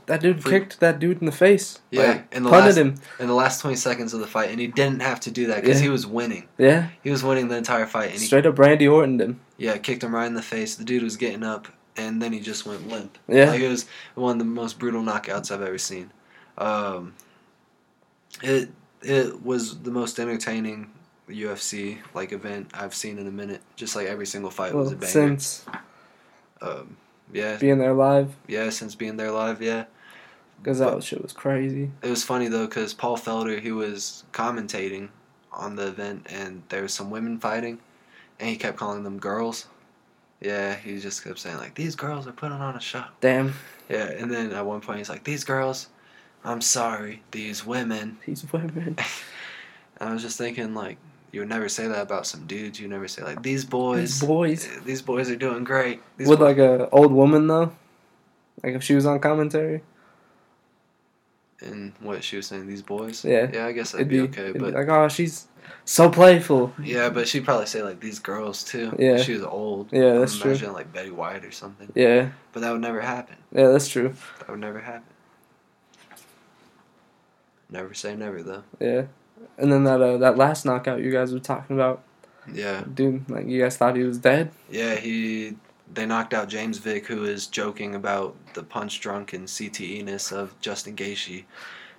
Speaker 2: That dude
Speaker 1: Free-
Speaker 2: kicked that dude in the face.
Speaker 1: Yeah,
Speaker 2: like,
Speaker 1: in the
Speaker 2: punted
Speaker 1: last
Speaker 2: him.
Speaker 1: in the last 20 seconds of the fight, and he didn't have to do that because
Speaker 2: Yeah.
Speaker 1: he was winning.
Speaker 2: Yeah,
Speaker 1: He was winning the entire fight, and he
Speaker 2: straight up Randy Orton him.
Speaker 1: Yeah, kicked him right in the face. The dude was getting up, and then he just went limp.
Speaker 2: Yeah.
Speaker 1: like it was one of the most brutal knockouts I've ever seen. Um, it it was the most entertaining UFC like event I've seen in a minute. Just like every single fight was
Speaker 2: Well,
Speaker 1: a banger.
Speaker 2: since
Speaker 1: um, yeah,
Speaker 2: being there live,
Speaker 1: yeah. Since being there live, yeah,
Speaker 2: because that shit was crazy.
Speaker 1: it was funny though because Paul Felder he was commentating on the event, and there was some women fighting, and he kept calling them girls. Yeah, he just kept saying like these girls are putting on a show.
Speaker 2: Damn,
Speaker 1: Yeah, and then at one point he's like, "These girls, I'm sorry, these women."
Speaker 2: these women.
Speaker 1: And I was just thinking, like, you would never say that about some dudes. You never say like, "These
Speaker 2: These
Speaker 1: boys, eh,
Speaker 2: boys.
Speaker 1: these boys are doing great." These
Speaker 2: With
Speaker 1: boys-
Speaker 2: like a old woman though, like if she was on commentary,
Speaker 1: and what she was saying, these boys.
Speaker 2: Yeah.
Speaker 1: yeah, I guess that'd
Speaker 2: it'd
Speaker 1: be,
Speaker 2: be,
Speaker 1: okay,
Speaker 2: it'd be
Speaker 1: but
Speaker 2: like, oh, she's so playful.
Speaker 1: yeah, but she'd probably say like, "These girls too."
Speaker 2: Yeah.
Speaker 1: she was old.
Speaker 2: Yeah,
Speaker 1: I'm
Speaker 2: that's true.
Speaker 1: imagining, like Betty White or something,
Speaker 2: Yeah,
Speaker 1: but that would never happen.
Speaker 2: yeah, that's true.
Speaker 1: That would never happen. Never say never though.
Speaker 2: Yeah, and then that uh, that last knockout you guys were talking about,
Speaker 1: Yeah,
Speaker 2: dude, like you guys thought he was dead.
Speaker 1: Yeah, he they knocked out James Vick, who is joking about the punch drunk and CTE ness of Justin Gaethje,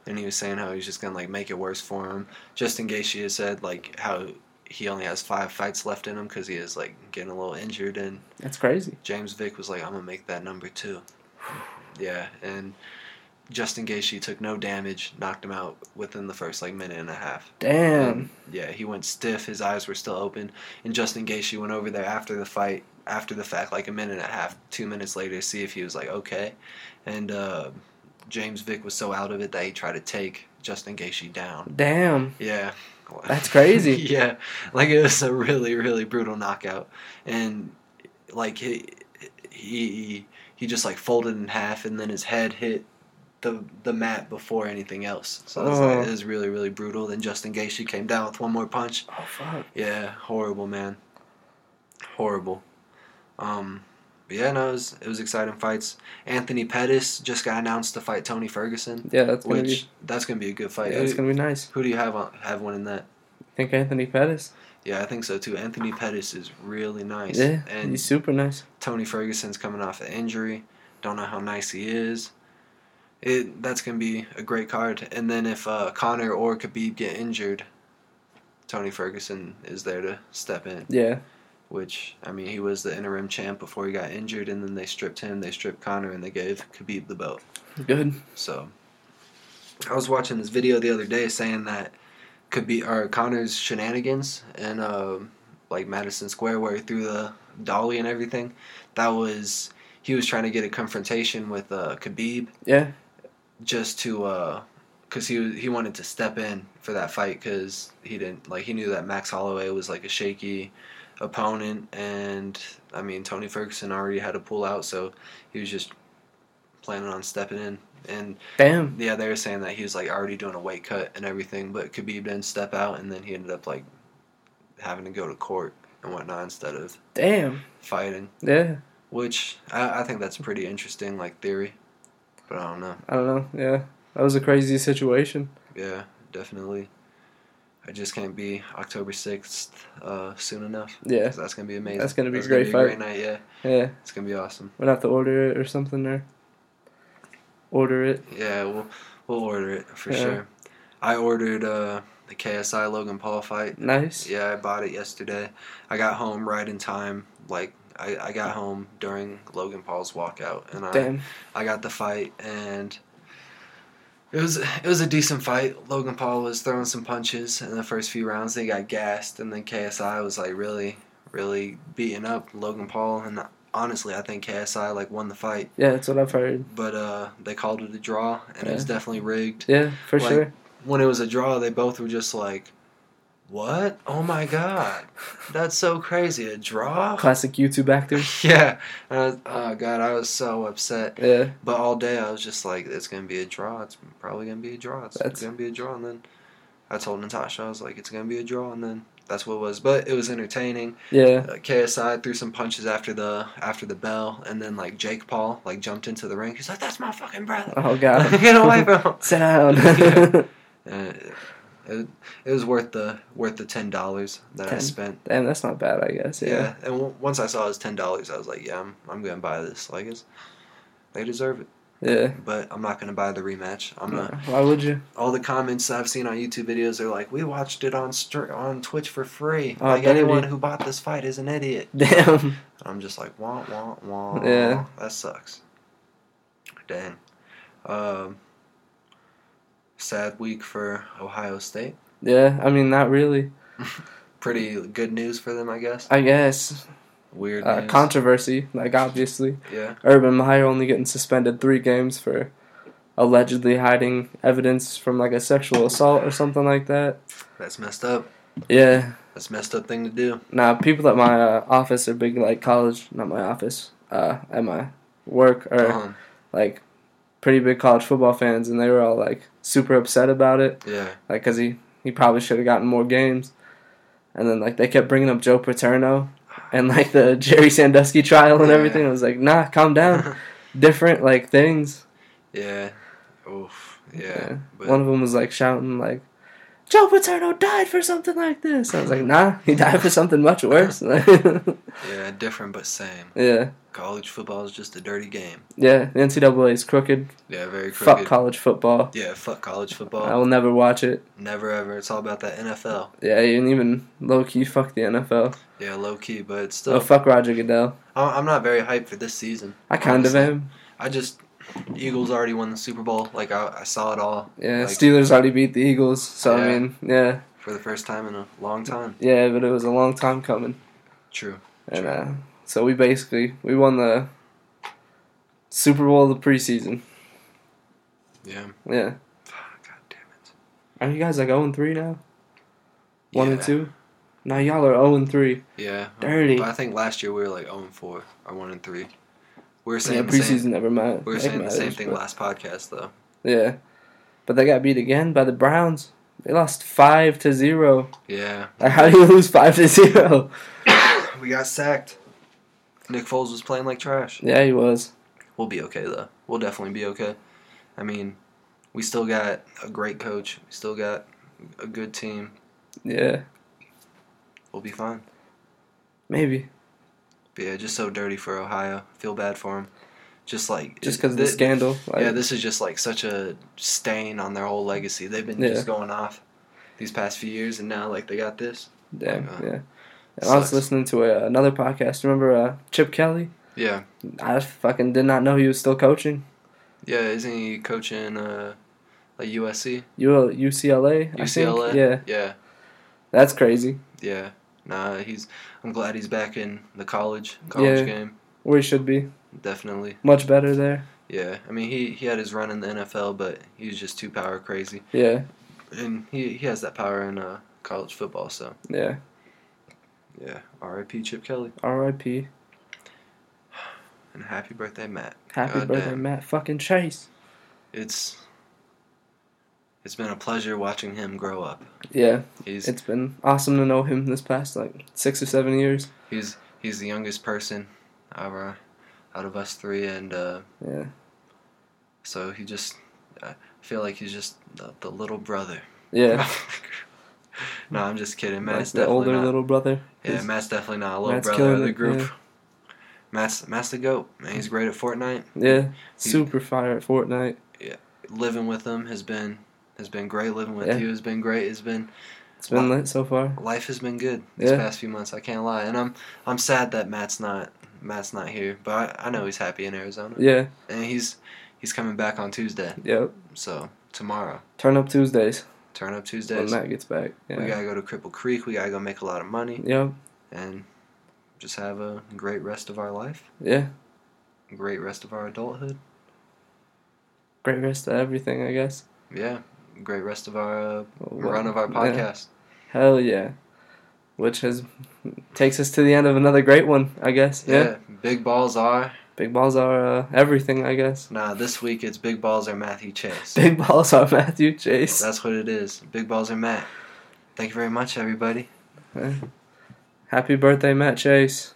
Speaker 1: and he was saying how he's just gonna like make it worse for him. Justin Gaethje has said like how he only has five fights left in him because he is like getting a little injured, and
Speaker 2: That's crazy.
Speaker 1: James Vick was like, "I'm gonna make that number two. <sighs> Yeah, and Justin Gaethje took no damage, knocked him out within the first like minute and a half.
Speaker 2: Damn.
Speaker 1: Yeah, he went stiff. His eyes were still open. And Justin Gaethje went over there after the fight, after the fact, like a minute and a half, two minutes later, to see if he was like okay. And uh, James Vick was so out of it that he tried to take Justin Gaethje down.
Speaker 2: Damn.
Speaker 1: Yeah.
Speaker 2: That's crazy.
Speaker 1: <laughs> yeah, like it was a really, really brutal knockout, and like he, he, he just like folded in half, and then his head hit the the mat before anything else. So it was, like,
Speaker 2: Oh.
Speaker 1: it was really, really brutal. Then Justin Gaethje came down with one more punch.
Speaker 2: Oh fuck.
Speaker 1: Yeah, horrible, man. Horrible. Um, but yeah, no, it was, it was exciting fights. Anthony Pettis just got announced to fight Tony Ferguson,
Speaker 2: Yeah, that's gonna
Speaker 1: which that's gonna be a good
Speaker 2: be.
Speaker 1: fight.
Speaker 2: Yeah, it's
Speaker 1: Who-
Speaker 2: gonna be nice.
Speaker 1: who do you have on, have one in that?
Speaker 2: Think Anthony Pettis.
Speaker 1: Yeah, I think so too. Anthony Pettis is really nice.
Speaker 2: Yeah,
Speaker 1: And
Speaker 2: he's super nice.
Speaker 1: Tony Ferguson's coming off an injury. Don't know how nice he is. It that's gonna be a great card. And then if uh, Connor or Khabib get injured, Tony Ferguson is there to step in.
Speaker 2: Yeah,
Speaker 1: Which I mean, he was the interim champ before he got injured, and then they stripped him. They stripped Connor, and they gave Khabib the belt.
Speaker 2: good.
Speaker 1: So I was watching this video the other day saying that could be or Connor's shenanigans and uh, like Madison Square where he threw the dolly and everything. That was he was trying to get a confrontation with uh, Khabib
Speaker 2: Yeah,
Speaker 1: just to uh 'cause cause he was- he wanted to step in for that fight because he didn't like he knew that Max Holloway was like a shaky opponent and I mean Tony Ferguson already had to pull out so he was just planning on stepping in and
Speaker 2: damn.
Speaker 1: yeah, they were saying that he was like already doing a weight cut and everything, but Khabib didn't step out, and then he ended up like having to go to court and whatnot instead of
Speaker 2: Damn.
Speaker 1: fighting,
Speaker 2: Yeah,
Speaker 1: which I, I think that's a pretty interesting like theory, but I don't know.
Speaker 2: I don't know. Yeah, that was a crazy situation.
Speaker 1: Yeah, definitely. It just can't be October sixth uh, soon enough.
Speaker 2: Yeah.
Speaker 1: 'cause that's gonna be amazing.
Speaker 2: That's gonna be a great
Speaker 1: great night. Yeah,
Speaker 2: Yeah.
Speaker 1: it's gonna be awesome.
Speaker 2: We'll have to order it or something or order it.
Speaker 1: Yeah, we'll we'll order it for
Speaker 2: Yeah.
Speaker 1: sure. I ordered uh, the KSI Logan Paul fight.
Speaker 2: Nice.
Speaker 1: Yeah, I bought it yesterday. I got home right in time. Like I, I got home during Logan Paul's walkout, and I
Speaker 2: Damn.
Speaker 1: I got the fight, and it was it was a decent fight. Logan Paul was throwing some punches in the first few rounds. They got gassed, and then KSI was like really really beating up Logan Paul, and honestly, I think KSI like won the fight,
Speaker 2: Yeah, that's what I've heard.
Speaker 1: but uh, they called it a draw, and it was
Speaker 2: Yeah.
Speaker 1: definitely rigged
Speaker 2: Yeah, for
Speaker 1: Like-
Speaker 2: sure.
Speaker 1: when it was a draw, they both were just like, "What? Oh my god, that's so crazy! A draw?"
Speaker 2: Classic YouTube
Speaker 1: <laughs>
Speaker 2: actors.
Speaker 1: yeah. And I was, oh god, I was so upset.
Speaker 2: Yeah.
Speaker 1: But all day I was just like, "It's gonna be a draw. It's probably gonna be a draw. It's
Speaker 2: That's-
Speaker 1: gonna be a draw." And then I told Natasha, I was like, "It's gonna be a draw." And then that's what it was. But it was entertaining.
Speaker 2: Yeah.
Speaker 1: Uh, KSI threw some punches after the after the bell, and then like Jake Paul like jumped into the ring. He's like, "That's my fucking brother."
Speaker 2: Oh god.
Speaker 1: <laughs> Get away from him.
Speaker 2: <laughs> Sit down.
Speaker 1: <laughs> Yeah. Uh, it, it was worth the worth the ten dollars that I
Speaker 2: Ten.
Speaker 1: spent.
Speaker 2: Damn, that's not bad, I guess.
Speaker 1: Yeah,
Speaker 2: Yeah.
Speaker 1: and w- once I saw it was ten dollars, I was like, yeah, I'm I'm gonna buy this. Like it's, they deserve it,
Speaker 2: Yeah.
Speaker 1: but I'm not gonna buy the rematch. I'm
Speaker 2: No,
Speaker 1: not.
Speaker 2: Why would you? <laughs>
Speaker 1: All the comments that I've seen on YouTube videos are like, we watched it on str- on Twitch for free.
Speaker 2: Oh,
Speaker 1: like
Speaker 2: I bet it
Speaker 1: anyone
Speaker 2: is.
Speaker 1: who bought this fight is an idiot.
Speaker 2: Damn.
Speaker 1: And I'm just like, wah wah wah.
Speaker 2: Yeah.
Speaker 1: that sucks. Dang. Um, sad week for Ohio State.
Speaker 2: Yeah, I mean, not really.
Speaker 1: pretty good news for them, I guess.
Speaker 2: I guess.
Speaker 1: Weird
Speaker 2: Uh,
Speaker 1: news.
Speaker 2: controversy, like, obviously.
Speaker 1: yeah,
Speaker 2: Urban Meyer only getting suspended three games for allegedly hiding evidence from, like, a sexual assault or something like that.
Speaker 1: that's messed up.
Speaker 2: Yeah.
Speaker 1: That's a messed up thing to do.
Speaker 2: Now, people at my uh, office are big, like, college, not my office, uh, at my work, or,
Speaker 1: Um,
Speaker 2: like, pretty big college football fans, and they were all, like, super upset about it.
Speaker 1: yeah,
Speaker 2: like because he he probably should have gotten more games. And then like they kept bringing up Joe Paterno and like the <laughs> Jerry Sandusky trial and
Speaker 1: Yeah.
Speaker 2: everything. I was like, nah, calm
Speaker 1: <laughs>
Speaker 2: down. Different like things.
Speaker 1: yeah. Oof. Yeah.
Speaker 2: Yeah.
Speaker 1: But
Speaker 2: One of them was like shouting like. Joe Paterno died for something like this. I was like, nah, he died for something much worse. <laughs>
Speaker 1: yeah, different but same.
Speaker 2: yeah,
Speaker 1: College football is just a dirty game.
Speaker 2: yeah. The NCAA is crooked.
Speaker 1: Yeah, very
Speaker 2: Fuck
Speaker 1: crooked.
Speaker 2: college football.
Speaker 1: yeah, fuck college
Speaker 2: I
Speaker 1: football.
Speaker 2: will never watch it.
Speaker 1: Never ever. It's all about that NFL.
Speaker 2: Yeah, and even low key, fuck the NFL.
Speaker 1: Yeah, low key, but it's
Speaker 2: Oh,
Speaker 1: still.
Speaker 2: fuck Roger Goodell.
Speaker 1: I- I'm not very hyped for this season.
Speaker 2: I kind of
Speaker 1: Honestly.
Speaker 2: am.
Speaker 1: I just Eagles already won the Super Bowl. Like I, I saw it all
Speaker 2: Yeah,
Speaker 1: Like-
Speaker 2: Steelers already beat the Eagles, so
Speaker 1: Yeah.
Speaker 2: I mean, yeah.
Speaker 1: for the first time in a long time.
Speaker 2: Yeah, but it was a long time coming,
Speaker 1: True.
Speaker 2: and uh, so we basically we won the Super Bowl of the preseason.
Speaker 1: Yeah.
Speaker 2: Yeah,
Speaker 1: God damn it.
Speaker 2: are you guys like zero and three now? One and
Speaker 1: Yeah.
Speaker 2: two. Now y'all are zero and three.
Speaker 1: Yeah.
Speaker 2: Dirty.
Speaker 1: But I think last year we were like 0 and 4 or 1 and 3. We were
Speaker 2: yeah,
Speaker 1: saying, the,
Speaker 2: preseason
Speaker 1: same,
Speaker 2: never mind.
Speaker 1: we were saying the same thing last podcast, though.
Speaker 2: Yeah, but they got beat again by the Browns. They lost five to zero. <laughs>
Speaker 1: Yeah.
Speaker 2: Like, how do you lose five to zero? <laughs>
Speaker 1: We got sacked. Nick Foles was playing like trash.
Speaker 2: Yeah, he was.
Speaker 1: We'll be okay, though. We'll definitely be okay. I mean, we still got a great coach, we still got a good team.
Speaker 2: Yeah,
Speaker 1: We'll be fine.
Speaker 2: maybe
Speaker 1: But yeah, just so dirty for Ohio. Feel bad for them. Just like
Speaker 2: just
Speaker 1: it-
Speaker 2: because of the
Speaker 1: thi-
Speaker 2: scandal. Like,
Speaker 1: yeah, this is just like such a stain on their whole legacy. They've been
Speaker 2: Yeah.
Speaker 1: just going off these past few years, and now like they got this.
Speaker 2: Damn,
Speaker 1: Uh,
Speaker 2: yeah. And I was
Speaker 1: sucks.
Speaker 2: listening to a, another podcast. Remember uh, Chip Kelly?
Speaker 1: Yeah,
Speaker 2: I fucking did not know he was still coaching.
Speaker 1: yeah. Isn't he coaching uh, like USC,
Speaker 2: U- UCLA, I
Speaker 1: UCLA?
Speaker 2: think. Yeah,
Speaker 1: yeah,
Speaker 2: that's crazy.
Speaker 1: yeah. Nah, he's. I'm glad he's back in the college college
Speaker 2: Yeah.
Speaker 1: game.
Speaker 2: Where he should be.
Speaker 1: Definitely.
Speaker 2: Much better there.
Speaker 1: Yeah, I mean he he had his run in the NFL, but he's just too power crazy,
Speaker 2: Yeah,
Speaker 1: and he he has that power in uh, college football. So
Speaker 2: yeah.
Speaker 1: yeah, R.I.P. Chip Kelly
Speaker 2: R.I.P.
Speaker 1: and happy birthday, Matt.
Speaker 2: Happy
Speaker 1: God
Speaker 2: birthday,
Speaker 1: damn.
Speaker 2: Matt fucking Chase.
Speaker 1: it's it's been a pleasure watching him grow up.
Speaker 2: Yeah,
Speaker 1: He's
Speaker 2: it's been awesome to know him this past like six or seven years.
Speaker 1: he's he's the youngest person out of, out of us three, and uh,
Speaker 2: Yeah,
Speaker 1: so he just I feel like he's just the, the little brother.
Speaker 2: yeah.
Speaker 1: <laughs> no, I'm just kidding.
Speaker 2: like
Speaker 1: Matt's
Speaker 2: the
Speaker 1: definitely
Speaker 2: older
Speaker 1: not.
Speaker 2: little brother.
Speaker 1: yeah,
Speaker 2: is-
Speaker 1: Matt's definitely not a little
Speaker 2: Matt's
Speaker 1: brother
Speaker 2: killing
Speaker 1: of the
Speaker 2: it,
Speaker 1: group.
Speaker 2: yeah.
Speaker 1: Matt's Matt's the goat. Man, he's great at Fortnite.
Speaker 2: yeah,
Speaker 1: he-
Speaker 2: super fire at Fortnite.
Speaker 1: Living with him has been has been great. Living with
Speaker 2: Yeah.
Speaker 1: you has been great. It's been
Speaker 2: It's been
Speaker 1: Wow.
Speaker 2: lit so far.
Speaker 1: life has been good these
Speaker 2: Yeah.
Speaker 1: past few months. I can't lie, and I'm I'm sad that Matt's not Matt's not here, but I, I know he's happy in Arizona,
Speaker 2: Yeah,
Speaker 1: and he's he's coming back on Tuesday.
Speaker 2: yep.
Speaker 1: So tomorrow,
Speaker 2: Turn up Tuesdays
Speaker 1: turn up
Speaker 2: when
Speaker 1: Tuesdays.
Speaker 2: Matt gets back.
Speaker 1: We
Speaker 2: Yeah.
Speaker 1: gotta go to Cripple Creek. We gotta go make a lot of money
Speaker 2: Yep.
Speaker 1: and just have a great rest of our life,
Speaker 2: Yeah.
Speaker 1: great rest of our adulthood.
Speaker 2: Great rest of everything, I guess.
Speaker 1: Yeah, great rest of our uh,
Speaker 2: Well,
Speaker 1: run of our
Speaker 2: yeah.
Speaker 1: podcast.
Speaker 2: Hell yeah. Which has takes us to the end of another great one, I guess.
Speaker 1: Yeah.
Speaker 2: Yeah.
Speaker 1: big balls are.
Speaker 2: Big balls are uh, everything, I guess.
Speaker 1: Nah, this week it's big balls are Matthew Chase.
Speaker 2: Big balls are <laughs> Matthew Chase.
Speaker 1: That's what it is. Big balls are Matt. Thank you very much, everybody.
Speaker 2: Happy birthday, Matt Chase.